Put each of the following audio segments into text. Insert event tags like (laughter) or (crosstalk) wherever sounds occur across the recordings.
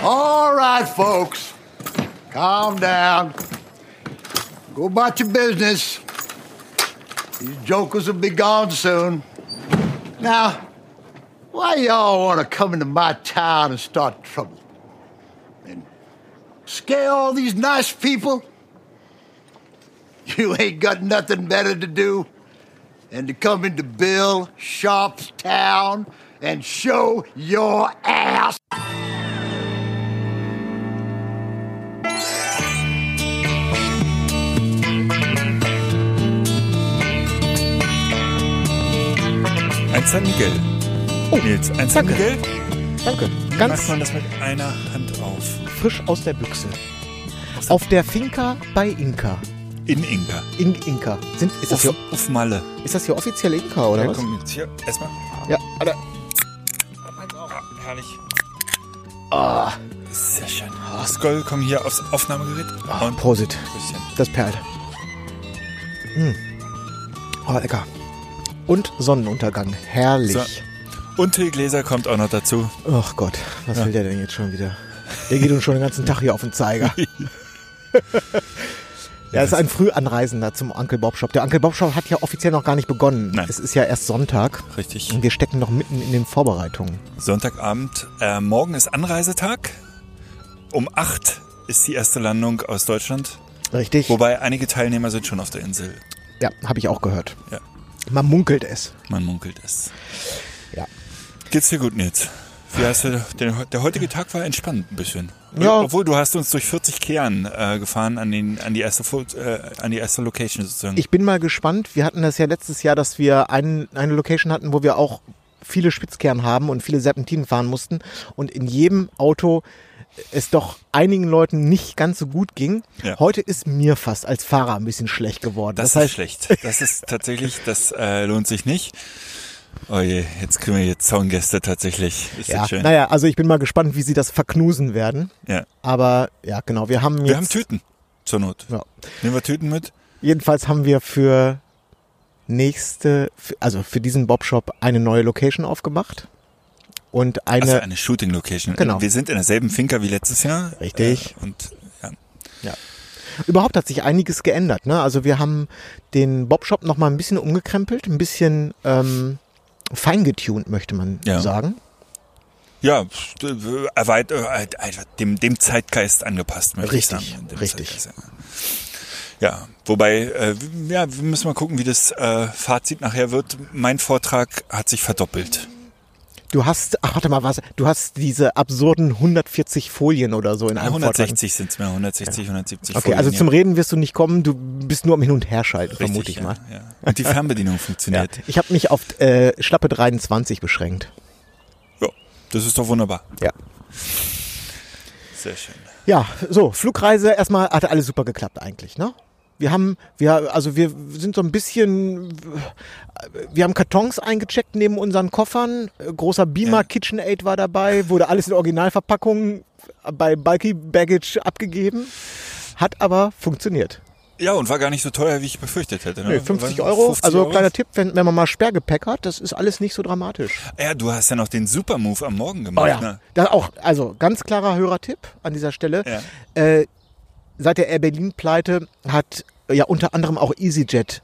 All right, folks. Calm down. Go about your business. These jokers will be gone soon. Now, why y'all want to come into my town and start trouble? And scare all these nice people? You ain't got nothing better to do than to come into Bill Sharp's town and show your ass. Ein San Miguel. Oh, Nils, ein San danke. Miguel. Danke. Wie macht Ganz man das mit einer Hand auf? frisch aus der Büchse. Auf der Finca bei Inka. In Inka. In Inka. Sind, ist, das Auf, hier, auf Malle. ist das hier offiziell Inka oder Ja, was? komm jetzt hier. Erstmal. Ja, Alter. Ah, herrlich. Sehr schön. Skoll, komm hier aufs Aufnahmegerät. Ah, Und Prosit. Pröstchen. Das perlt. Mm. Oh, lecker. Und Sonnenuntergang. Herrlich. Und Till Gläser kommt auch noch dazu. Ach Gott, was will der denn jetzt schon wieder? Der geht uns schon den ganzen Tag hier auf den (laughs) Zeiger. Er ist ein Frühanreisender zum Uncle Bob Shop. Der Uncle Bob Shop hat ja offiziell noch gar nicht begonnen. Nein. Es ist ja erst Sonntag. Richtig. Und wir stecken noch mitten in den Vorbereitungen. Sonntagabend. Äh, morgen ist Anreisetag. Um 8 ist die erste Landung aus Deutschland. Richtig? Wobei einige Teilnehmer sind schon auf der Insel. ja, habe ich auch gehört. Ja, Man munkelt es. man munkelt es. Ja. Geht's dir gut, Nils? Wie hast du, der, der heutige Tag war entspannt ein bisschen. Ja. Obwohl du hast uns durch 40 Kehren äh, gefahren an, den, an, die erste, Fo- äh, an die erste Location sozusagen. Ich bin mal gespannt. Wir hatten das ja letztes Jahr, dass wir ein, eine Location hatten, wo wir auch viele Spitzkehren haben und viele Serpentinen fahren mussten. Und in jedem Auto es doch einigen Leuten nicht ganz so gut ging. Ja. Heute ist mir fast als Fahrer ein bisschen schlecht geworden. das, Das, heißt, ist schlecht. Das ist tatsächlich, das äh, lohnt sich nicht. Oh je, jetzt kriegen wir jetzt Zaungäste tatsächlich. Ist ja, das schön. naja, also ich bin mal gespannt, wie sie das verknusen werden. Ja. Aber ja, genau, wir haben jetzt. Wir haben Tüten zur Not. Ja. Nehmen wir Tüten mit? Jedenfalls haben wir für nächste, für- also für diesen Bobshop eine neue Location aufgemacht. Und eine, Also eine Shooting Location. Genau. Wir sind in derselben Finca wie letztes Jahr. Richtig. Äh, und ja. überhaupt hat sich einiges geändert. Ne? Also wir haben den Bobshop nochmal ein bisschen umgekrempelt, ein bisschen ähm, feingetuned, möchte man Ja. sagen. Ja, pst, äh, erweit, äh, einfach dem, dem Zeitgeist angepasst, möchte ich Richtig, sagen. Dem richtig. Zeitgeist, Ja, Ja, wobei, äh, w- ja, wir müssen mal gucken, wie das äh, Fazit nachher wird. Mein Vortrag hat sich verdoppelt. Du hast, ach warte mal, was, du hast diese absurden 140 Folien oder so in einem Vortrag. 160 sind es mehr, 160, 170. Ah, Okay, Folien, also ja. zum Reden wirst du nicht kommen, du bist nur am Hin- und Herschalten, Richtig, vermute ich ja, mal. Ja. Und die (laughs) Fernbedienung Ja. funktioniert. Ich habe mich auf äh, schlappe 23 beschränkt. ja, das ist doch wunderbar. Ja. Sehr schön. Ja, so, Flugreise erstmal hatte alles super geklappt eigentlich, ne? Wir haben, wir, also wir sind so ein bisschen, wir haben Kartons eingecheckt neben unseren Koffern. Äh, Großer Beamer, Ja. KitchenAid war dabei, wurde alles in Originalverpackung bei Bulky Baggage abgegeben. Hat aber funktioniert. Ja, und war gar nicht so teuer, wie ich befürchtet hätte. Ne? Nö, 50 War- Euro, 50 also Euro. kleiner Tipp, wenn, wenn man mal Sperrgepäck hat, das ist alles nicht so dramatisch. Ja, du hast ja noch den Supermove am Oh Morgen gemacht. Ne? Da auch, also ganz klarer Hörertipp an dieser Stelle. Ja. Äh, seit der Air Berlin-Pleite hat ja unter anderem auch EasyJet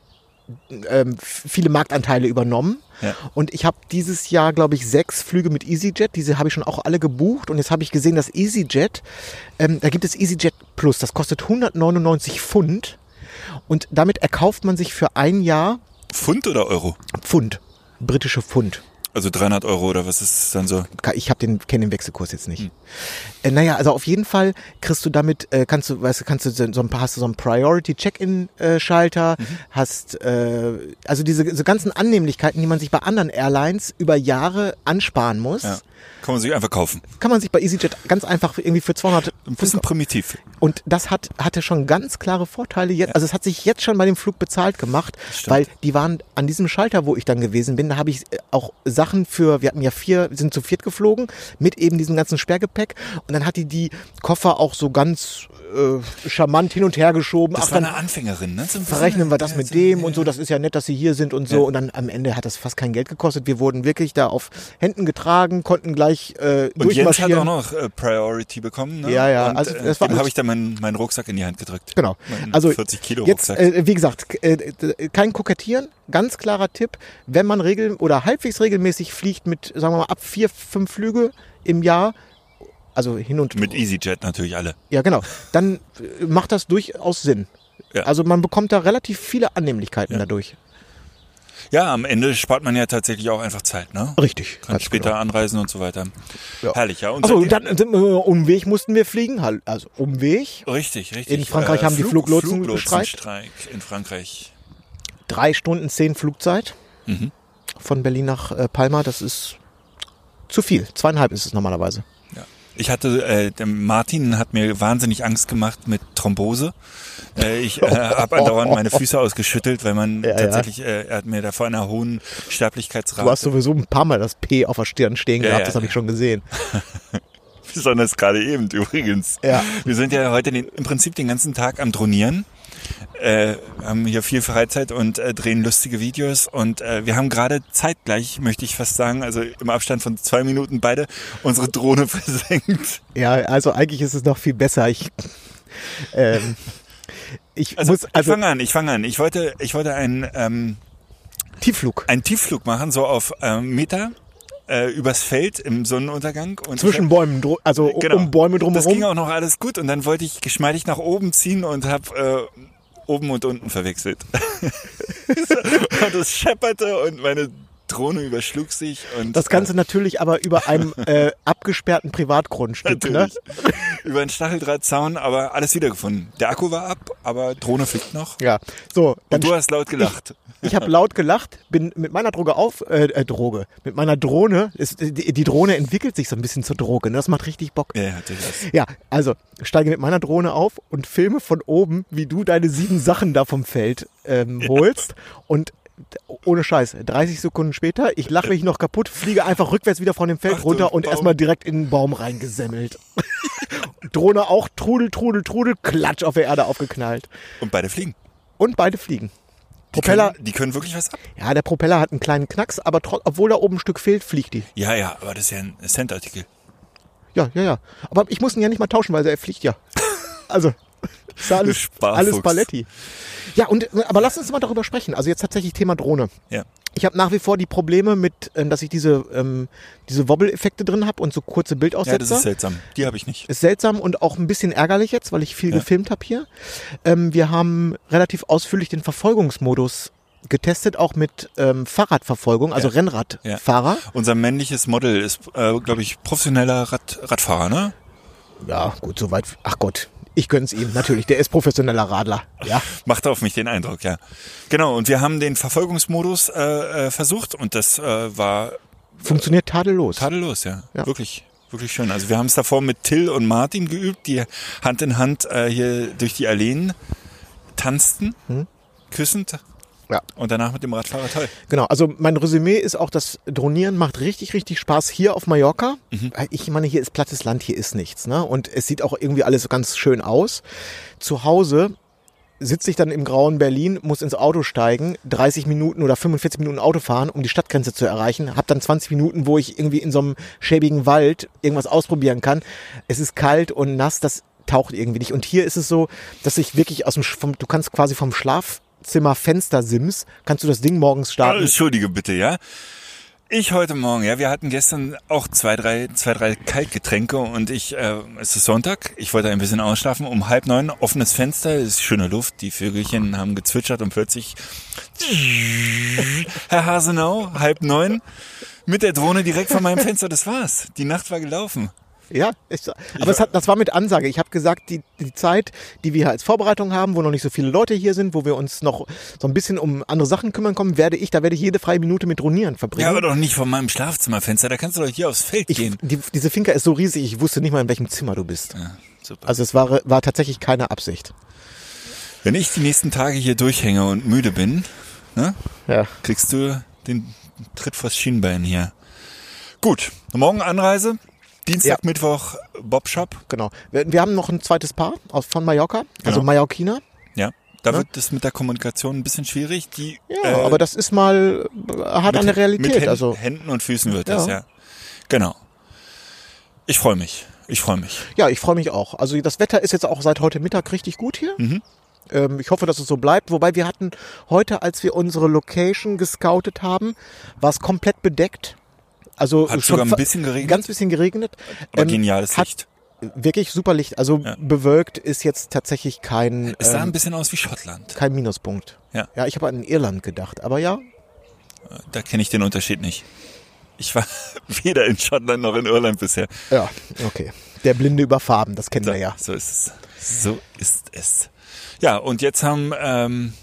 ähm, f- viele Marktanteile übernommen. Ja. (laughs) Und ich habe dieses Jahr, glaube ich, sechs Flüge mit EasyJet. Diese habe ich schon auch alle gebucht. Und jetzt habe ich gesehen, dass EasyJet, ähm, da gibt es EasyJet Plus, das kostet 199 Pfund. Und damit erkauft man sich für ein Jahr Pfund oder Euro? Pfund, britische Pfund. Also 300 Euro oder was ist dann so? Ka- ich habe den kenne den Wechselkurs jetzt nicht. Äh, naja, also auf jeden Fall kriegst du damit äh, kannst du weißt du kannst du so so ein paar hast du so einen Priority Check-in äh, Schalter, hast äh, also diese so ganzen Annehmlichkeiten, die man sich bei anderen Airlines über Jahre ansparen muss, Ja. Kann man sich einfach kaufen. kann man sich bei EasyJet ganz einfach irgendwie für 200 Ein bisschen primitiv. und das hat hatte schon ganz klare Vorteile jetzt, also es hat sich jetzt schon bei dem Flug bezahlt gemacht, weil die waren an diesem Schalter, wo ich dann gewesen bin, da habe ich äh, auch Sachen für, wir hatten ja vier, wir sind zu viert geflogen mit eben diesem ganzen Sperrgepäck und dann hat die die Koffer auch so ganz äh, charmant hin und her geschoben. Das Ach, war dann eine Anfängerin, ne? So ein bisschen- verrechnen wir das Ja, mit so- dem ja, und so, das ist ja nett, dass sie hier sind und so. Und dann am Ende hat das fast kein Geld gekostet. Wir wurden wirklich da auf Händen getragen, konnten Minuten gleich äh, Und Jens hat durchmarschieren. auch noch äh, Priority bekommen. Ne? Ja, ja, Und, also äh, das war dem habe alles- ich dann meinen meinen Rucksack in die Hand gedrückt. Genau. Meinen Also 40 Kilo jetzt, Rucksack. äh, wie gesagt, k- äh, d- kein Kokettieren, ganz klarer Tipp. Wenn man regel oder halbwegs regelmäßig fliegt mit, sagen wir mal, ab vier, fünf Flüge im Jahr, also hin und Mit EasyJet natürlich alle. ja genau, dann äh, macht das durchaus Sinn. Ja. Also man bekommt da relativ viele Annehmlichkeiten dadurch. Ja, am Ende spart man ja tatsächlich auch einfach Zeit, ne? Richtig. Kann ganz später genau. anreisen und so weiter. Ja. Herrlich, ja. Und Achso, seitdem- dann sind wir Umweg mussten wir fliegen, Hal- also Umweg, Richtig, richtig. In Frankreich haben die Fluglotsen gestreikt. Streik in Frankreich. drei Stunden zehn Flugzeit Mhm. von Berlin nach äh, Palma. Das ist zu viel. Zweieinhalb ist es normalerweise. Ja. Ich hatte, äh, der Martin hat mir wahnsinnig Angst gemacht mit Thrombose. Äh, ich (laughs) äh, habe andauernd meine Füße ausgeschüttelt, weil man Ja, ja. tatsächlich, Äh, er hat mir da vor einer hohen Sterblichkeitsrate, Du hast sowieso ein paar Mal das P auf der Stirn stehen Ja, gehabt, ja, das habe ja. ich schon gesehen. besonders gerade eben übrigens. Ja. Wir sind ja heute den, im Prinzip den ganzen Tag am Dronieren. Äh, haben hier viel Freizeit und äh, drehen lustige Videos und äh, wir haben gerade zeitgleich, möchte ich fast sagen, also im Abstand von zwei Minuten beide unsere Drohne (laughs) versenkt. Ja, also eigentlich ist es noch viel besser. Ich, ähm, ich Also, muss, ich also fange an, ich fange an. Ich wollte, ich wollte einen, ähm, Tiefflug einen Tiefflug machen, so auf ähm, Meter äh, übers Feld im Sonnenuntergang. Und zwischen Bäumen, dro- also ich, genau, um Bäume Das ging drumherum. auch noch alles gut und dann wollte ich geschmeidig nach oben ziehen und habe äh, oben und unten verwechselt. (laughs) und es schepperte und meine Drohne überschlug sich. Und, Das Ganze natürlich aber über einem (laughs) äh, abgesperrten äh, Privatgrundstück. Ne? natürlich über einen Stacheldrahtzaun, aber alles wiedergefunden. Der Akku war ab, aber Drohne fliegt noch. Ja, so, dann Und du hast laut gelacht. Ich habe laut gelacht, bin mit meiner Droge auf, äh, äh, Droge, mit meiner Drohne, ist, die, die Drohne entwickelt sich so ein bisschen zur Droge, ne? das macht richtig Bock. Ja, ja, durchaus. Ja, also steige mit meiner Drohne auf und filme von oben, wie du deine sieben Sachen da vom Feld ähm, holst. Und ohne Scheiß, 30 Sekunden später, ich lache mich noch kaputt, fliege einfach rückwärts wieder von dem Feld Ach du runter und Baum. erstmal direkt in den Baum reingesemmelt. (laughs) Drohne auch, Trudel, Trudel, Trudel, klatsch auf der Erde aufgeknallt. Und beide fliegen. Und beide fliegen. Die Propeller, können, die können wirklich was ab. ja, der Propeller hat einen kleinen Knacks, aber tro- obwohl da oben ein Stück fehlt, fliegt die. Ja, ja, aber das ist ja ein Cent-Artikel. Ja, ja, ja. Aber ich muss ihn ja nicht mal tauschen, weil er fliegt ja. Also, ist ja alles, Sparfuchs. alles Paletti. Ja, und aber lass uns mal darüber sprechen. Also jetzt tatsächlich Thema Drohne. Ja. Ich habe nach wie vor die Probleme mit, ähm, dass ich diese, ähm, diese Wobble-Effekte drin habe und so kurze Bildaussetzer. Ja, das ist seltsam. Die habe ich nicht. Ist seltsam und auch ein bisschen ärgerlich jetzt, weil ich viel Ja. gefilmt habe hier. Ähm, wir haben relativ ausführlich den Verfolgungsmodus getestet, auch mit ähm, Fahrradverfolgung, also Ja. Rennradfahrer. Unser männliches Model ist, äh, glaube ich, professioneller Rad Radfahrer, ne? Ja, gut, soweit. Ach Gott, ich gönn's ihm, natürlich. Der ist professioneller Radler. Ja. Macht auf mich den Eindruck, ja. Genau, und wir haben den Verfolgungsmodus äh, äh, versucht und das äh, war Funktioniert tadellos. tadellos, ja. Ja. Wirklich, wirklich schön. Also wir haben es davor mit Till und Martin geübt, die Hand in Hand äh, hier durch die Alleen tanzten, küssend. Hm? Ja. Und danach mit dem Radfahrer toll. genau. Also mein Resümee ist auch, das Dronieren macht richtig, richtig Spaß hier auf Mallorca. Ich meine, hier ist plattes Land, hier ist nichts. Ne? Und es sieht auch irgendwie alles ganz schön aus. Zu Hause sitze ich dann im grauen Berlin, muss ins Auto steigen, 30 Minuten oder 45 Minuten Auto fahren, um die Stadtgrenze zu erreichen, hab dann 20 Minuten, wo ich irgendwie in so einem schäbigen Wald irgendwas ausprobieren kann. Es ist kalt und nass, das taucht irgendwie nicht. Und hier ist es so, dass ich wirklich aus dem, Sch- vom, du kannst quasi vom Schlafzimmerfenster sims, kannst du das Ding morgens Ah, starten. Entschuldige bitte, ja. Ich heute Morgen, ja, wir hatten gestern auch zwei, drei, zwei, drei Kaltgetränke und ich, äh, es ist Sonntag, ich wollte ein bisschen ausschlafen, um halb neun, offenes Fenster, es ist schöne Luft, die Vögelchen haben gezwitschert und plötzlich, (laughs) Herr Hasenau, halb neun, mit der Drohne direkt vor meinem Fenster, das war's, die Nacht war gelaufen. Ja, ich, aber es hat, das war mit Ansage. Ich habe gesagt, die, die Zeit, die wir als Vorbereitung haben, wo noch nicht so viele Leute hier sind, wo wir uns noch so ein bisschen um andere Sachen kümmern kommen, werde ich, da werde ich jede freie Minute mit Dronieren Ja, verbringen. aber doch nicht vor meinem Schlafzimmerfenster, da kannst du doch hier aufs Feld ich, gehen. die, diese Finca ist so riesig, ich wusste nicht mal, in welchem Zimmer du bist. Ja, super. Also es war, war tatsächlich keine Absicht. Wenn ich die nächsten Tage hier durchhänge und müde bin, ne, Ja. kriegst du den Tritt vors Schienbein hier. Gut, morgen Anreise. Dienstag, Ja. Mittwoch Bob Shop. Genau. Wir, wir haben noch ein zweites Paar aus, von Mallorca, also Genau. Mallorquiner. Ja, da wird es mit der Kommunikation ein bisschen schwierig. Die, Ne? äh, Ja, aber das ist mal äh, hart an der Mit Realität. Händen, Also Händen und Füßen wird das, Ja. ja. Genau. Ich freue mich. Ich freue mich. Ja, ich freue mich auch. Also das Wetter ist jetzt auch seit heute Mittag richtig gut hier. Mhm. Ähm, ich hoffe, dass es so bleibt. Wobei wir hatten heute, als wir unsere Location gescoutet haben, war es komplett bedeckt. Also Hat schon sogar ein fa- bisschen geregnet? Ganz bisschen geregnet. Aber geniales Ähm, hat Licht. Wirklich super Licht. Also bewölkt ist jetzt tatsächlich kein, Es sah ähm, ein bisschen aus wie Schottland. kein Minuspunkt. Ja. ja, ich habe an Irland gedacht. Aber ja, Da kenne ich den Unterschied nicht. Ich war (laughs) weder in Schottland noch in Irland bisher. ja, okay. Der Blinde über Farben, das kennen So, wir ja. so ist es. So ist es. Ja, und jetzt haben ähm,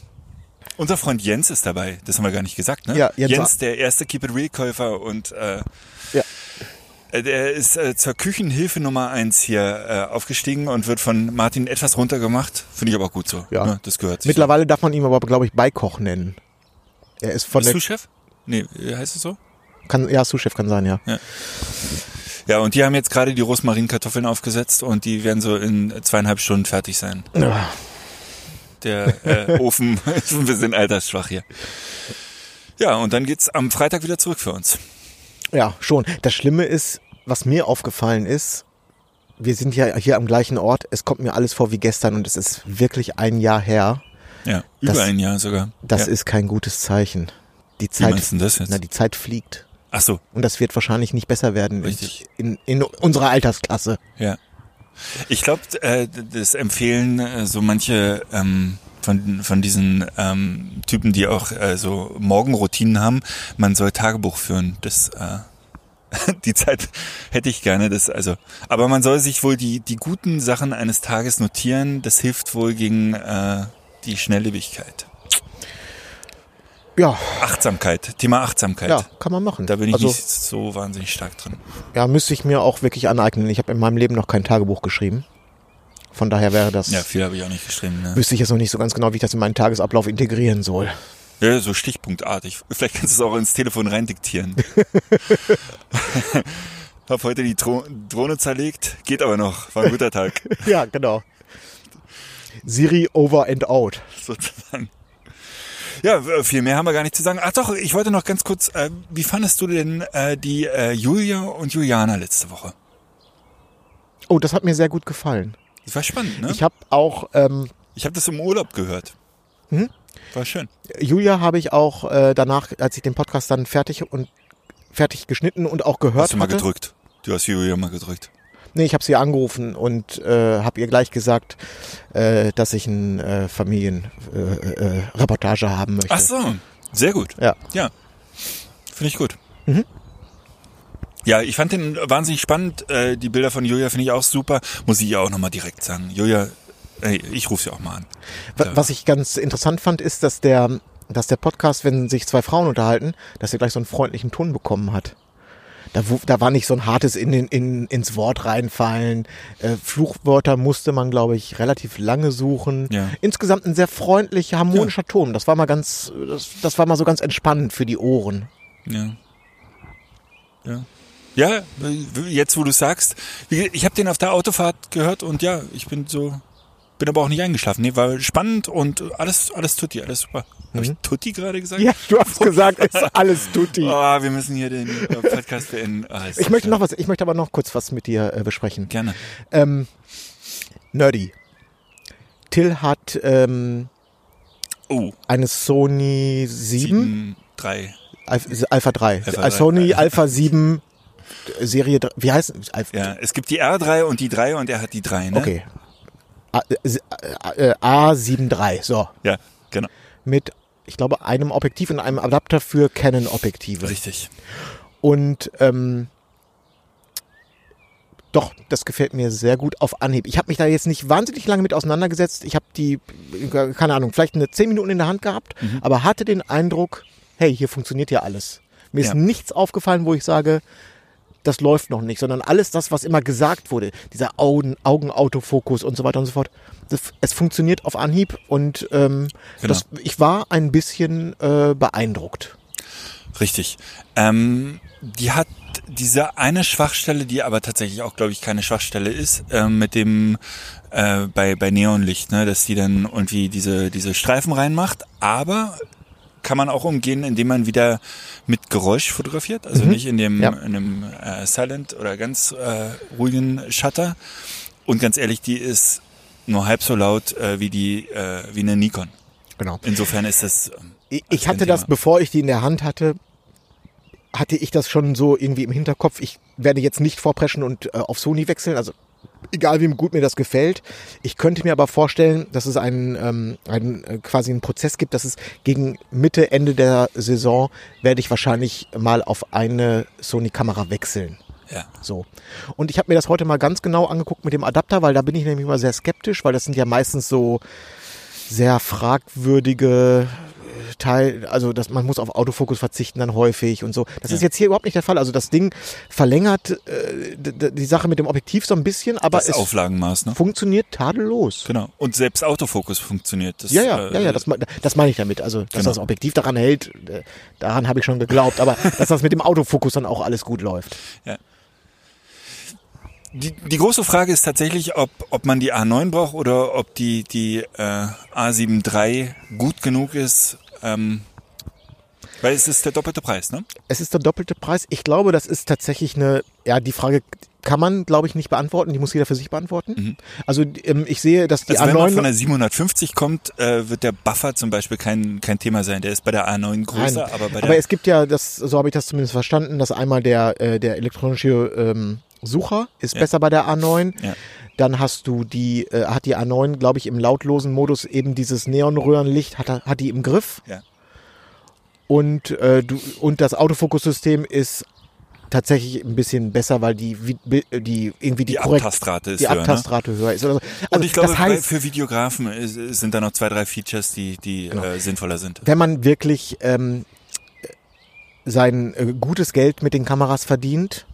unser Freund Jens ist dabei. Das haben wir gar nicht gesagt, ne? Ja, Jens Jens, war- der erste Keep It Real Käufer und äh, Ja. äh, der ist äh, zur Küchenhilfe Nummer eins hier äh, aufgestiegen und wird von Martin etwas runtergemacht. Finde ich aber auch gut so. Ja. Ne? Das gehört sich. Mittlerweile darf man ihn aber, glaube ich, Beikoch nennen. Er ist von Bist der. du Chef? Nee, äh, heißt es so? Kann, ja, Sous-Chef kann sein, ja. Ja, und die haben jetzt gerade die Rosmarinkartoffeln aufgesetzt und die werden so in zweieinhalb Stunden fertig sein. Der äh, Ofen (laughs) ist ein bisschen altersschwach hier. Ja, und dann geht's am Freitag wieder zurück für uns. Ja, schon. Das Schlimme ist, was mir aufgefallen ist, wir sind ja hier am gleichen Ort. Es kommt mir alles vor wie gestern und es ist wirklich ein Jahr her. Ja, über Das- ein Jahr sogar. Das ja. ist kein gutes Zeichen. Die Wie Zeit, meinst du denn das jetzt? na, die Zeit fliegt. Ach so, Und das wird wahrscheinlich nicht besser werden in, Richtig. in, in unserer Altersklasse. ja. Ich glaube, äh, das empfehlen äh, so manche ähm, von, von diesen ähm, Typen, die auch äh, so Morgenroutinen haben, man soll Tagebuch führen. Das äh, (laughs) die Zeit hätte ich gerne. Das also, aber man soll sich wohl die die guten Sachen eines Tages notieren. Das hilft wohl gegen äh, die Schnelllebigkeit. Ja, Achtsamkeit, Thema Achtsamkeit. ja, kann man machen. Halt. Da bin ich also, nicht so wahnsinnig stark drin. Ja, müsste ich mir auch wirklich aneignen. Ich habe in meinem Leben noch kein Tagebuch geschrieben. Von daher wäre das. Ja, viel habe ich auch nicht geschrieben. Ne? wüsste ich jetzt noch nicht so ganz genau, wie ich das in meinen Tagesablauf integrieren soll. Ja, so stichpunktartig. Vielleicht kannst du es auch ins Telefon rein diktieren. Hab heute die Dro Drohne zerlegt, geht aber noch. War ein guter Tag, Ja, genau. Siri over and out. sozusagen. Ja, w- viel mehr haben wir gar nicht zu sagen. Ach doch, ich wollte noch ganz kurz, äh, wie fandest du denn äh, die äh, Julia und Juliana letzte Woche? Oh, das hat mir sehr gut gefallen. Das war spannend, ne? Ich habe auch, ähm, Ich habe das im Urlaub gehört. Mhm. War schön. Julia habe ich auch äh, danach, als ich den Podcast dann fertig und fertig geschnitten und auch gehört Hast du mal hatte. gedrückt? Du hast Julia mal gedrückt. Nee, ich habe sie angerufen und äh, habe ihr gleich gesagt, äh, dass ich eine äh, Familienreportage äh, äh, Reportage haben möchte. Ach so, sehr gut. Ja. Ja. Finde ich gut. Mhm. Ja, ich fand den wahnsinnig spannend. Äh, die Bilder von Julia finde ich auch super. Muss ich ihr auch nochmal direkt sagen. Julia, ey, ich rufe sie auch mal an. Wa- Was ich ganz interessant fand, ist, dass der, dass der Podcast, wenn sich zwei Frauen unterhalten, dass er gleich so einen freundlichen Ton bekommen hat. Da, wu- da war nicht so ein hartes in, den- in, ins Wort reinfallen. Äh, Fluchwörter musste man, glaube ich, relativ lange suchen. Ja. Insgesamt ein sehr freundlicher, harmonischer Ton. Das war mal ganz, das, das war mal so ganz entspannend für die (laughs) Ohren. Ja. Ja. Ja, äh, jetzt wo du sagst. Wie- Ich habe den auf der Autofahrt gehört und ja, ich bin so, bin aber auch nicht eingeschlafen. Nee, war spannend und alles, alles tutti, alles super. Habe Mhm. ich tutti gerade gesagt? du hast gesagt, ist alles (laughs) tutti. Oh, wir müssen hier den äh, Podcast beenden. Ah, ist Ich möchte klar. noch was, ich möchte aber noch kurz was mit dir äh, besprechen. Gerne. Ähm, nerdy. Till hat, ähm, Oh, eine Sony 7, sieben, drei. Alpha, Alpha 3. Alpha Äh, Sony 3. Alpha 7 äh, Serie 3. Wie heißt es? Alpha, Ja, es gibt die R3 und die 3 und er hat die 3, ne? Okay. A- äh, äh, A73, so. Ja, genau. Mit, ich glaube, einem Objektiv und einem Adapter für Canon-Objektive. Richtig. Und ähm, doch, das gefällt mir sehr gut auf Anhieb. Ich habe mich da jetzt nicht wahnsinnig lange mit auseinandergesetzt. Ich habe die, äh, keine Ahnung, vielleicht eine 10 Minuten in der Hand gehabt, Mhm. aber hatte den Eindruck, hey, hier funktioniert ja alles. Mir Ja. ist nichts aufgefallen, wo ich sage, das läuft noch nicht, sondern alles das, was immer gesagt wurde, dieser Augen, Augenautofokus und so weiter und so fort, das, es funktioniert auf Anhieb und ähm, Genau. das, ich war ein bisschen äh, beeindruckt. Richtig. Ähm, die hat diese eine Schwachstelle, die aber tatsächlich auch, glaube ich, keine Schwachstelle ist, ähm, mit dem äh, bei, bei Neonlicht, ne, dass die dann irgendwie diese, diese Streifen reinmacht, aber kann man auch umgehen, indem man wieder mit Geräusch fotografiert, also nicht in dem, Mhm. Ja. in dem äh, Silent oder ganz äh, ruhigen Shutter. Und ganz ehrlich, die ist nur halb so laut äh, wie die äh, wie eine Nikon. Genau. Insofern ist das. ähm, Ich, alles ich kein hatte das, Thema. bevor ich die in der Hand hatte, hatte ich das schon so irgendwie im Hinterkopf. Ich werde jetzt nicht vorpreschen und äh, auf Sony wechseln. Also egal wie gut mir das gefällt. Ich könnte mir aber vorstellen, dass es einen, ähm, einen äh, quasi einen Prozess gibt, dass es gegen Mitte, Ende der Saison werde ich wahrscheinlich mal auf eine Sony-Kamera wechseln. Ja. So. Und ich habe mir das heute mal ganz genau angeguckt mit dem Adapter, weil da bin ich nämlich mal sehr skeptisch, weil das sind ja meistens so sehr fragwürdige Teil, also das, man muss auf Autofokus verzichten dann häufig und so. Das ist jetzt hier überhaupt nicht der Fall. Also das Ding verlängert äh, d- d- die Sache mit dem Objektiv so ein bisschen, aber Das es Auflagenmaß, ne? funktioniert tadellos. Genau. Und selbst Autofokus funktioniert. Das, Ja, ja, ja, ja, äh, das, me- das meine ich damit. Also, dass Genau. das Objektiv daran hält, äh, daran habe ich schon geglaubt, aber (laughs) dass das mit dem Autofokus dann auch alles gut läuft. Die, die große Frage ist tatsächlich, ob, ob man die A9 braucht oder ob die, die äh, A7 III gut genug ist. Ähm, weil es ist der doppelte Preis, ne? Es ist der doppelte Preis. Ich glaube, das ist tatsächlich eine, ja, die Frage kann man, glaube ich, nicht beantworten. Die muss jeder für sich beantworten. Also ähm, ich sehe, dass die Mhm. Also wenn man A9... von der 750 kommt, äh, wird der Buffer zum Beispiel kein, kein Thema sein. Der ist bei der A9 größer, Nein. aber bei der... es gibt ja, das, so habe ich das zumindest verstanden, dass einmal der, äh, der elektronische ähm, Sucher ist besser bei der A9. Ja. Dann hast du die, äh, hat die A9, glaube ich, im lautlosen Modus eben dieses Neonröhrenlicht, hat, er- hat die im Griff. Ja. Und, äh, du, und das Autofokussystem ist tatsächlich ein bisschen besser, weil die, wie- bi- äh, die irgendwie die, die korrekt, Abtastrate ist die höher, ne? Abtastrate höher ist. Oder so. also, Und ich glaube, das heißt, für Videografen äh, sind da noch zwei, drei Features, die, die Genau. äh, sinnvoller sind. wenn man wirklich ähm, sein äh, gutes Geld mit den Kameras verdient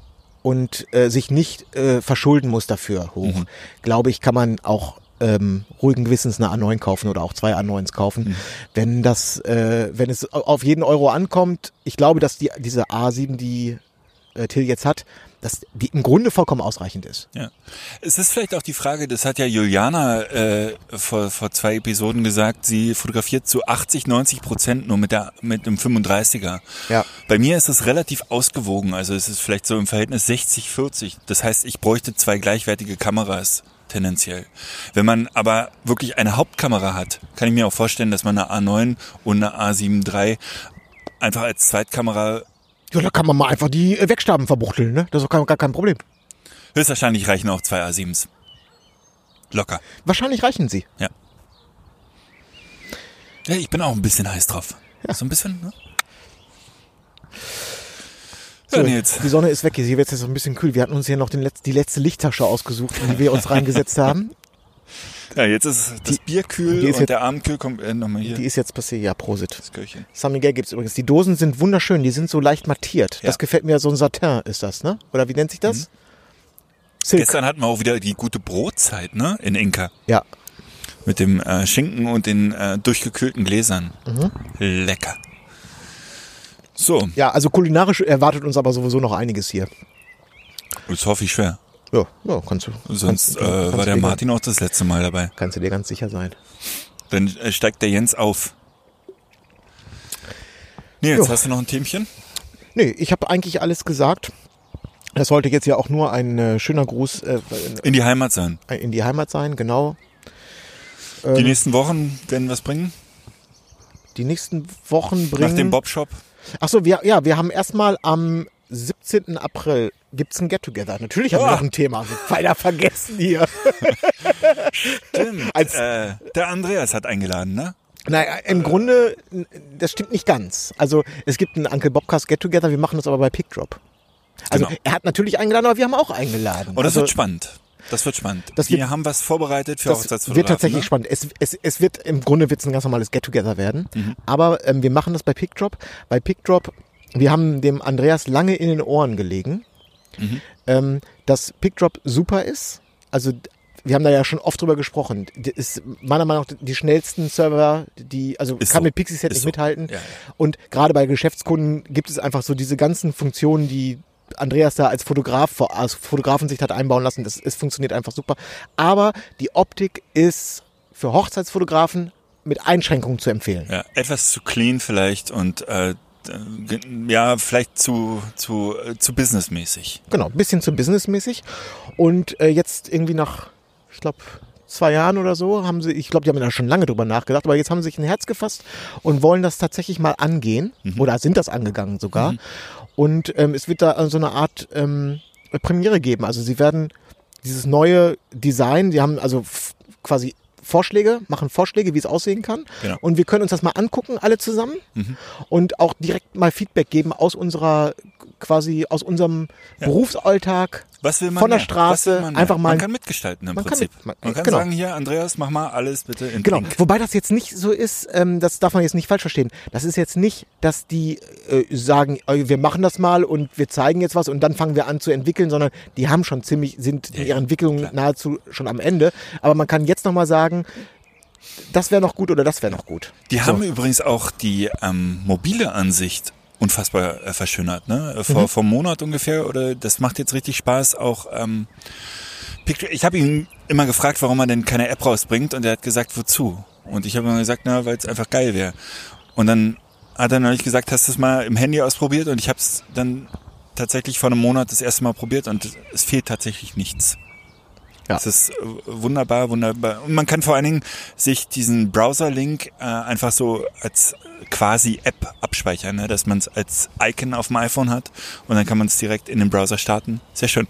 und äh, sich nicht äh, verschulden muss dafür hoch, glaube ich, kann man auch ähm, ruhigen Gewissens eine A9 kaufen oder auch zwei A9s kaufen. Wenn das, äh, wenn es au- auf jeden Euro ankommt, ich glaube, dass die, diese A7, die äh, Till jetzt hat, dass die im Grunde vollkommen ausreichend ist. Ja. Es ist vielleicht auch die Frage, das hat ja Juliana äh, vor, vor zwei Episoden gesagt, sie fotografiert zu 80, 90 Prozent nur mit, der, mit dem 35er. Ja. Bei mir ist es relativ ausgewogen, also es ist vielleicht so im Verhältnis 60, 40. Das heißt, ich bräuchte zwei gleichwertige Kameras tendenziell. Wenn man aber wirklich eine Hauptkamera hat, kann ich mir auch vorstellen, dass man eine A9 und eine A7 III einfach als Zweitkamera Ja, da kann man mal einfach die äh, Wegstaben verbuchteln, ne? Das ist doch gar, gar kein Problem. höchstwahrscheinlich reichen auch zwei A7s. Locker. Wahrscheinlich reichen sie. Ja. Ja, ich bin auch ein bisschen heiß drauf. So ein bisschen, ne? Ja, Nils. Die Sonne ist weg, hier wird es jetzt so ein bisschen kühl. Wir hatten uns hier noch den Letz-, die letzte Lichttasche ausgesucht, in die wir (laughs) uns reingesetzt haben. Ja, jetzt ist das Bier kühl die und ist jetzt- der Abend kühl kommt äh, nochmal hier. Die ist jetzt passiert. Ja, Prosit. das Köchchen. San Miguel gibt's übrigens. Die Dosen sind wunderschön, die sind so leicht mattiert. Ja. Mhm. Das gefällt mir, so ein Satin ist das, ne? Oder wie nennt sich das? Silk. Gestern hatten wir auch wieder die gute Brotzeit, ne? In Inka. Ja. Mit dem äh, Schinken und den äh, durchgekühlten Gläsern. Lecker. So, ja, also kulinarisch erwartet uns aber sowieso noch einiges hier. das hoffe ich schwer. Ja, ja kannst du. Sonst kannst, äh, war du der dir- Martin auch das letzte Mal dabei. Kannst du dir ganz sicher sein. Dann äh, steigt der Jens auf. Nils, Jo. hast du noch ein Themchen? Nee, ich habe eigentlich alles gesagt. Das sollte jetzt ja auch nur ein äh, schöner Gruß äh, In die Heimat sein. in die Heimat sein, genau. Die nächsten Wochen werden was bringen. Die nächsten Wochen bringen. Nach dem Bobshop. Achso, wir, ja, wir haben erstmal am 17. April gibt's ein Get-Together. Natürlich haben wir Ah. noch ein Thema. Feiler vergessen hier. (laughs) Als äh, der Andreas hat eingeladen, ne? Naja, im Grunde, n- das stimmt nicht ganz. Also es gibt einen Uncle Bobcast Get-Together, wir machen das aber bei Pickdrop. Also Genau. er hat natürlich eingeladen, aber wir haben auch eingeladen. Oh, das also, wird spannend. Das wird spannend. Das wir wird- haben was vorbereitet für das wird tatsächlich ne? spannend. Es, es, es wird im Grunde wird's ein ganz normales Get-Together werden. Mhm. Aber ähm, wir machen das bei Pickdrop. Bei Pickdrop, wir haben dem Andreas lange in den Ohren gelegen, Mhm. ähm, dass Pickdrop super ist. Also d- wir haben da ja schon oft drüber gesprochen. D- Ist meiner Meinung nach die schnellsten Server, die also Ist kann so. mit Pixieset Ist nicht so. mithalten. Ja, ja. Und gerade bei Geschäftskunden gibt es einfach so diese ganzen Funktionen, die Andreas da als Fotograf, vor- als Fotografensicht hat einbauen lassen. Das, es funktioniert einfach super. Aber die Optik ist für Hochzeitsfotografen mit Einschränkungen zu empfehlen. Ja, etwas zu clean vielleicht und äh, ge- ja, vielleicht zu, zu, äh, zu businessmäßig. Genau, bisschen zu businessmäßig. Und äh, jetzt irgendwie nach, ich glaube, zwei Jahren oder so, haben sie, ich glaube, die haben da schon lange drüber nachgedacht, aber jetzt haben sie sich ein Herz gefasst und wollen das tatsächlich mal angehen oder sind das angegangen sogar. Und ähm, es wird da so eine Art ähm, Premiere geben. Also sie werden dieses neue Design, die haben also f- quasi Vorschläge, machen Vorschläge, wie es aussehen kann. Genau. Und wir können uns das mal angucken, alle zusammen. Und auch direkt mal Feedback geben aus unserer, quasi aus unserem Berufsalltag. Was will man Von der mehr? Straße Was will man mehr? einfach mal- Man kann mitgestalten im Man kann Prinzip. mit- man- man kann genau. sagen, hier, Andreas, mach mal alles bitte in Genau, Pink. wobei das jetzt nicht so ist, ähm, das darf man jetzt nicht falsch verstehen. Das ist jetzt nicht, dass die äh, sagen, äh, wir machen das mal und wir zeigen jetzt was und dann fangen wir an zu entwickeln, sondern die haben schon ziemlich, sind in ja, ihrer Entwicklung klar. nahezu schon am Ende. Aber man kann jetzt nochmal sagen, das wäre noch gut oder das wäre noch gut. Die haben übrigens auch die ähm, mobile Ansicht unfassbar äh, verschönert. Ne? Äh, Vor, vor einem Monat ungefähr oder das macht jetzt richtig Spaß. Auch ähm, Picture. Ich habe ihn immer gefragt, warum er denn keine App rausbringt und er hat gesagt, wozu? Und ich habe immer gesagt, na, weil es einfach geil wäre. Und dann hat er neulich gesagt, hast du es mal im Handy ausprobiert und ich habe es dann tatsächlich vor einem Monat das erste Mal probiert und es fehlt tatsächlich nichts. Ja. Es ist äh, wunderbar, wunderbar. Und man kann vor allen Dingen sich diesen Browser-Link äh, einfach so als quasi App abspeichern, ne? dass man es als Icon auf dem iPhone hat und dann kann man es direkt in den Browser starten. Sehr schön.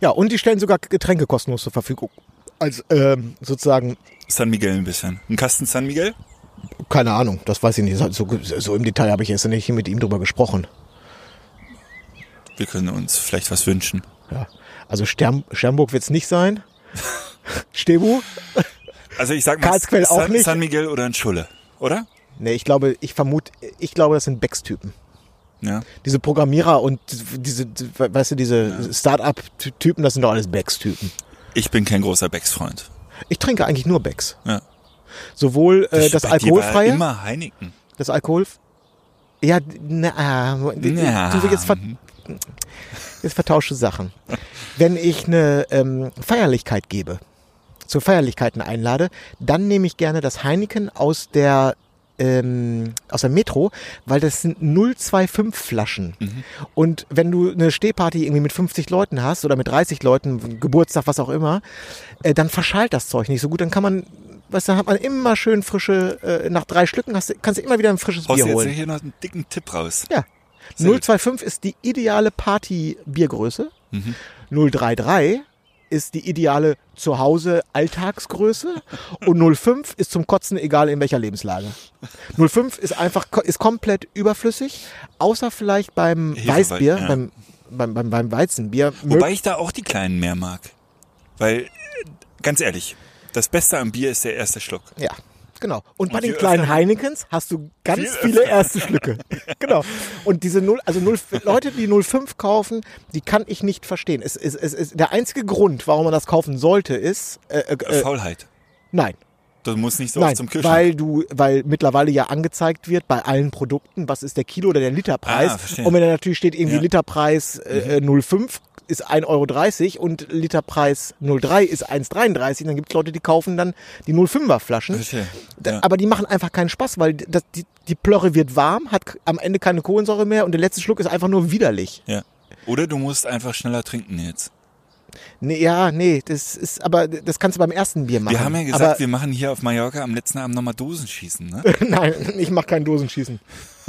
Ja, und die stellen sogar Getränke kostenlos zur Verfügung. Als ähm, sozusagen, San Miguel ein bisschen. Ein Kasten San Miguel? keine Ahnung, das weiß ich nicht. So, so im Detail habe ich jetzt nicht mit ihm drüber gesprochen. Wir können uns vielleicht was wünschen. Ja. Also Stern, Sternburg wird es (laughs) nicht sein. Stebu? Also ich sag mal, Karlsquell auch San, nicht. San Miguel oder ein Schulle, oder? Nee, ich glaube, ich vermute, ich glaube, das sind Becks-Typen. Ja. Diese Programmierer und diese, weißt du, diese Start-up-Typen, das sind doch alles Becks-Typen. Ich bin kein großer Becks-Freund. Ich trinke eigentlich nur Becks. Ja. Sowohl äh, das Bei dir war alkoholfreie, Immer Heineken. das Alkohol. Ja, na, Ja. Mhm. du jetzt, ver jetzt vertausche Sachen. Wenn ich eine ähm, Feierlichkeit gebe, zu Feierlichkeiten einlade, dann nehme ich gerne das Heineken aus der ähm, aus der Metro, weil das sind 025 Flaschen. Mhm. Und wenn du eine Stehparty irgendwie mit 50 Leuten hast oder mit 30 Leuten, Geburtstag, was auch immer, äh, dann verschallt das Zeug nicht so gut. Dann kann man, weißt du, dann hat man immer schön frische, äh, nach drei Schlücken hast, du- kannst du immer wieder ein frisches Haust Bier du jetzt holen. hier noch einen dicken Tipp raus? Ja. Sehr gut. 025 ist die ideale Party-Biergröße. Mhm. 033 ist die ideale Zuhause-Alltagsgröße. (laughs) Und 05 ist zum Kotzen egal in welcher Lebenslage. 05 ist einfach ko- ist komplett überflüssig, außer vielleicht beim Hefeweizen, Weißbier, ja. beim, beim, beim, beim Weizenbier. Wobei ich da auch die Kleinen mehr mag. Weil, äh, ganz ehrlich, das Beste am Bier ist der erste Schluck. Ja, genau. Und bei Und den je kleinen öfter- Heinekens hast du ganz Viel viele erste Schlücke. (laughs) genau. Und diese null, also null, Leute, die 05 kaufen, die kann ich nicht verstehen. Es, es, es, es, der einzige Grund, warum man das kaufen sollte, ist äh, äh, äh, Faulheit. nein. Du musst nicht so Nein, oft zum Kühlschrank. weil du, weil mittlerweile ja angezeigt wird bei allen Produkten, was ist der Kilo oder der Literpreis. Ah, verstehe. und wenn da natürlich steht, irgendwie Ja. Mhm. Literpreis äh, 05 ist 1,30 Euro und Literpreis 03 ist 1,33, dann gibt es Leute, die kaufen dann die 05er Flaschen. Verstehe. Da, Ja. Aber die machen einfach keinen Spaß, weil das, die, die Plörre wird warm, hat k- am Ende keine Kohlensäure mehr und der letzte Schluck ist einfach nur widerlich. ja. Oder du musst einfach schneller trinken jetzt. Nee, ja, nee, das ist, aber das kannst du beim ersten Bier machen. Wir haben ja gesagt, aber, wir machen hier auf Mallorca am letzten Abend nochmal Dosen schießen. Ne? (laughs) Nein, ich mache kein Dosenschießen.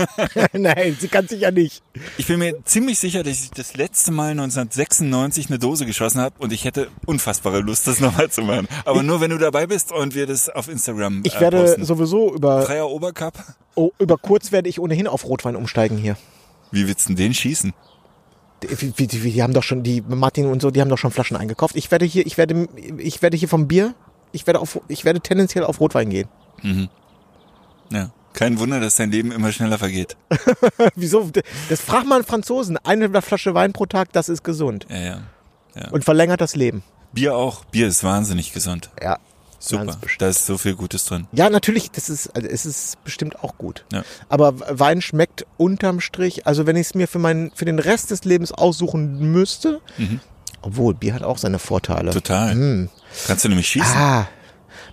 (laughs) Nein, sie kann sich ja nicht. Ich bin mir ziemlich sicher, dass ich das letzte Mal 1996 eine Dose geschossen habe und ich hätte unfassbare Lust, das (laughs) nochmal zu machen. Aber nur wenn du dabei bist und wir das auf Instagram Ich äh, werde posten. sowieso über, Freier Obercup. oh, über kurz werde ich ohnehin auf Rotwein umsteigen hier. Wie willst du denn den schießen? Die, die, die, die haben doch schon, die Martin und so, die haben doch schon Flaschen eingekauft. Ich werde hier, ich werde, ich werde hier vom Bier, ich werde auf, ich werde tendenziell auf Rotwein gehen. Ja. Kein Wunder, dass dein Leben immer schneller vergeht. Wieso? Das fragt man Franzosen. Eine Flasche Wein pro Tag, das ist gesund. Ja, ja. Und verlängert das Leben. Bier auch. Bier ist wahnsinnig gesund. Ja. Super. Ganz Da ist so viel Gutes drin. Ja, natürlich, das ist, also es ist bestimmt auch gut. Ja. Aber Wein schmeckt unterm Strich, also wenn ich es mir für, meinen für den Rest des Lebens aussuchen müsste, obwohl Bier hat auch seine Vorteile. Mhm. Total. Hm. Kannst du nämlich schießen? Ah,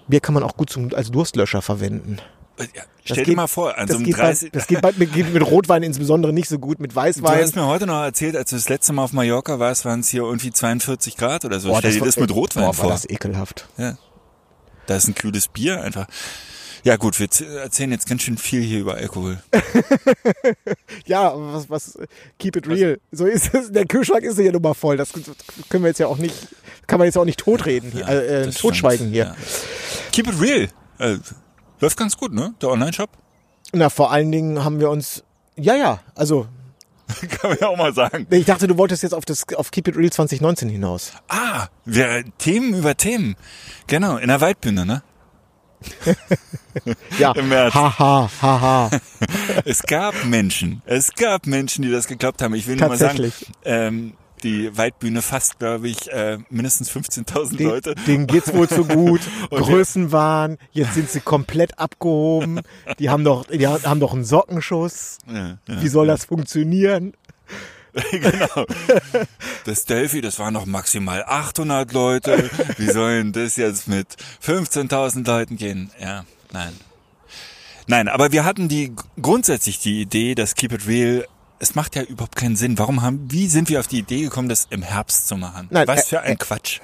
Bier kann man auch gut zum, als Durstlöscher verwenden. Ja, stell dir geht- mal vor, an so das, einem geht 30... bei, das geht, bei, geht mit Rotwein insbesondere nicht so gut, mit Du Weißwein. hast mir heute noch erzählt, als du das letzte Mal auf Mallorca warst, waren es hier irgendwie 42 Grad oder so. Stell dir war- das mit Rotwein boah, vor. War das ekelhaft. Ja. Da ist ein kühles Bier einfach. Ja gut, wir z- erzählen jetzt ganz schön viel hier über Alkohol. Äh, Ja, aber was, was, keep it real. So ist es. Der Kühlschrank ist ja nun mal voll. Das können wir jetzt ja auch nicht, kann man jetzt auch nicht totreden, hier, äh, äh, das totschweigen stimmt, hier. ja. Keep it real. Äh, läuft ganz gut, ne? Der Online-Shop. Na, vor allen Dingen haben wir uns, ja, ja, also, (laughs) Kann man ja auch mal sagen. ich dachte, du wolltest jetzt auf das, auf Keep It Real 2019 hinaus. Ah, wir, Themen über Themen. Genau, in der Waldbühne, ne? Ja. (laughs) Im März. Haha, haha. (laughs) Es gab Menschen, es gab Menschen, die das geglaubt haben. Ich will nur mal sagen, Tatsächlich. ähm, die Waldbühne fasst, glaube ich, äh, mindestens 15.000 Den, Leute. denen geht's wohl zu gut. (laughs) Und Größenwahn. Jetzt sind sie komplett abgehoben. Die haben doch, die haben doch einen Sockenschuss. Ja, ja. Wie soll das funktionieren? genau. Das Delphi, das waren noch maximal 800 Leute. Wie sollen das jetzt mit 15.000 Leuten gehen? Ja, nein. Nein, aber wir hatten die grundsätzlich die Idee, dass Keep It Real, es macht ja überhaupt keinen Sinn. Warum haben, wie sind wir auf die Idee gekommen, das im Herbst zu machen? Nein, Was äh, für ein Quatsch.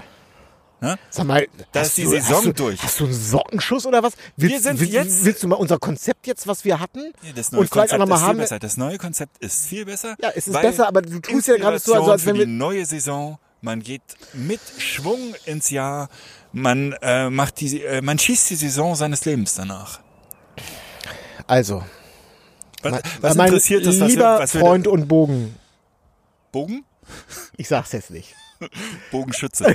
Sag mal, Da hast ist die du- Saison hast du, durch. Hast du einen Sockenschuss oder was? Willst, Wir sind willst, jetzt- willst du mal unser Konzept jetzt, was wir hatten? Das neue und vielleicht Konzept auch nochmal ist viel haben. besser. Das neue Konzept ist viel besser. Ja, es ist weil besser, aber du tust ja gerade so, also als Inspiration wenn für wir- die neue Saison. Man geht mit Schwung ins Jahr. Man äh, macht die, äh, man schießt die Saison seines Lebens danach. Also, Was, was was mein interessiert das, was lieber wir, was wir Freund und Bogen. Bogen? Ich sag's jetzt nicht. (laughs) Bogenschütze,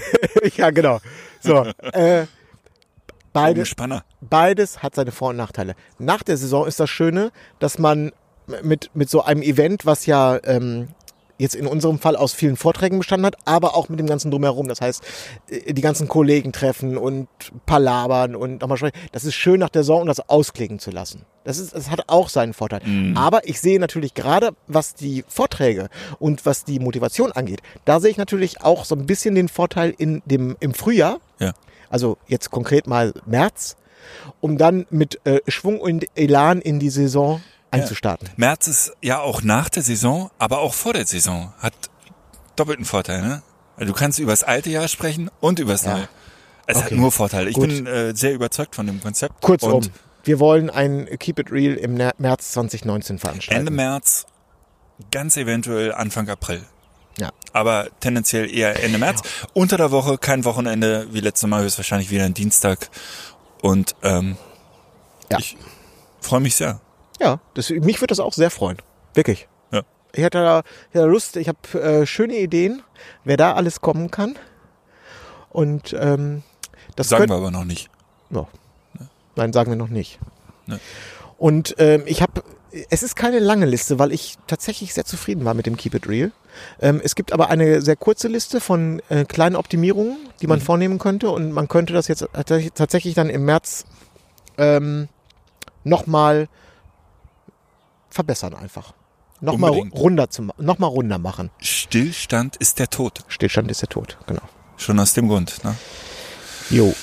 ja, genau. So, äh, beides, Bogenspanner. beides hat seine Vor- und Nachteile. Nach der Saison ist das Schöne, dass man mit, mit so einem Event, was ja ähm, jetzt in unserem Fall aus vielen Vorträgen bestanden hat, aber auch mit dem ganzen Drumherum. Das heißt, äh, die ganzen Kollegen treffen und palabern und nochmal sprechen. Das ist schön nach der Saison, um das ausklingen zu lassen. Das, ist, das hat auch seinen Vorteil. Aber ich sehe natürlich gerade, was die Vorträge und was die Motivation angeht, da sehe ich natürlich auch so ein bisschen den Vorteil in dem, im Frühjahr, Ja. also jetzt konkret mal März, um dann mit äh, Schwung und Elan in die Saison einzustarten. März ist ja auch nach der Saison, aber auch vor der Saison. Hat doppelten Vorteil, ne? Also du kannst über das alte Jahr sprechen und über das Ja. neue. Es hat Okay. nur Vorteile. Ich Gut. bin äh, sehr überzeugt von dem Konzept. Kurzum, Und wir wollen ein Keep It Real im Na- März 2019 veranstalten. Ende März, ganz eventuell Anfang April. Ja. Aber tendenziell eher Ende März. Unter der Woche kein Wochenende, wie letztes Mal höchstwahrscheinlich wieder ein Dienstag. Und ähm, Ja. ich freue mich sehr. Ja, das, mich würde das auch sehr freuen. Wirklich. Ja. Ich hätte da, ich hätte da Lust, ich habe äh, schöne Ideen, wer da alles kommen kann. Und ähm, das Sagen könnt- wir aber noch nicht. Ja. Nein, sagen wir noch nicht. Ne. Und ähm, ich habe, es ist keine lange Liste, weil ich tatsächlich sehr zufrieden war mit dem Keep It Real. Ähm, es gibt aber eine sehr kurze Liste von äh, kleinen Optimierungen, die Mhm. man vornehmen könnte. Und man könnte das jetzt tatsächlich- tatsächlich dann im März ähm, nochmal verbessern einfach. Nochmal Unbedingt. runder, zu ma- noch mal runder machen. Stillstand ist der Tod. Stillstand ist der Tod, genau. Schon aus dem Grund. Ne? Jo.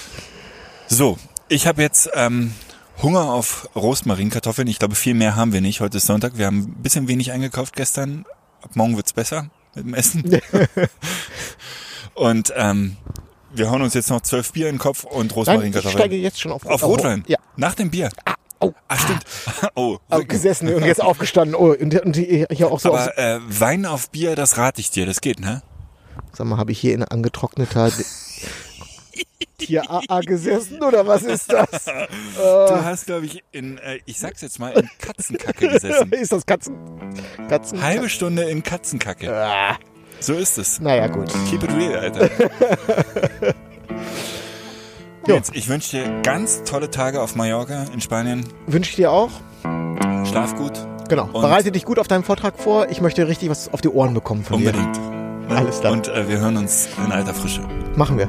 So, ich habe jetzt ähm, Hunger auf Rosmarinkartoffeln. Ich glaube, viel mehr haben wir nicht. Heute ist Sonntag. Wir haben ein bisschen wenig eingekauft gestern. Ab morgen wird's besser mit dem (laughs) Essen. und ähm, wir hauen uns jetzt noch zwölf Bier in den Kopf und Nein, ich Rosmarinkartoffeln. steige jetzt schon auf, auf Rotwein. Ja. Ah, Nach dem Bier. au. Ach stimmt. (laughs) Oh. Also gesessen und (laughs) jetzt aufgestanden. Oh, und, und hier auch so. auf, Aber äh, Wein auf Bier, das rate ich dir. Das geht, ne? sag mal, habe ich hier in angetrockneter Tier-AA gesessen oder was ist (laughs) das? Äh. Du hast, glaube ich, in, äh, ich sag's jetzt mal, in Katzenkacke (laughs) gesessen. ist das Katzen? Katzen? Halbe Stunde in Katzenkacke. Ah, So ist es. naja, gut. Keep it real, (laughs) Alter. Jetzt, ich wünsche dir ganz tolle Tage auf Mallorca in Spanien. Wünsche ich dir auch. Schlaf gut. Genau. Und- Bereite dich gut auf deinen Vortrag vor. Ich möchte richtig was auf die Ohren bekommen von Unbedingt. Alles klar. Und äh, wir hören uns in alter Frische. dir. Machen wir.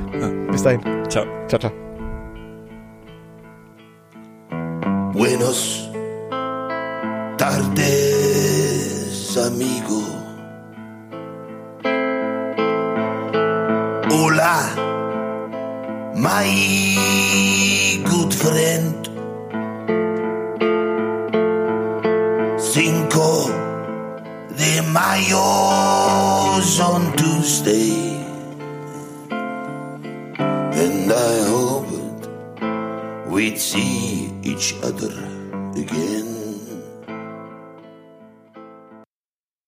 Bis dahin. Ciao. Ciao, ciao. Buenos tardes, amigo. Hola, my good friend. Cinco de Mayo's on Tuesday, and I hope we'd see each other again.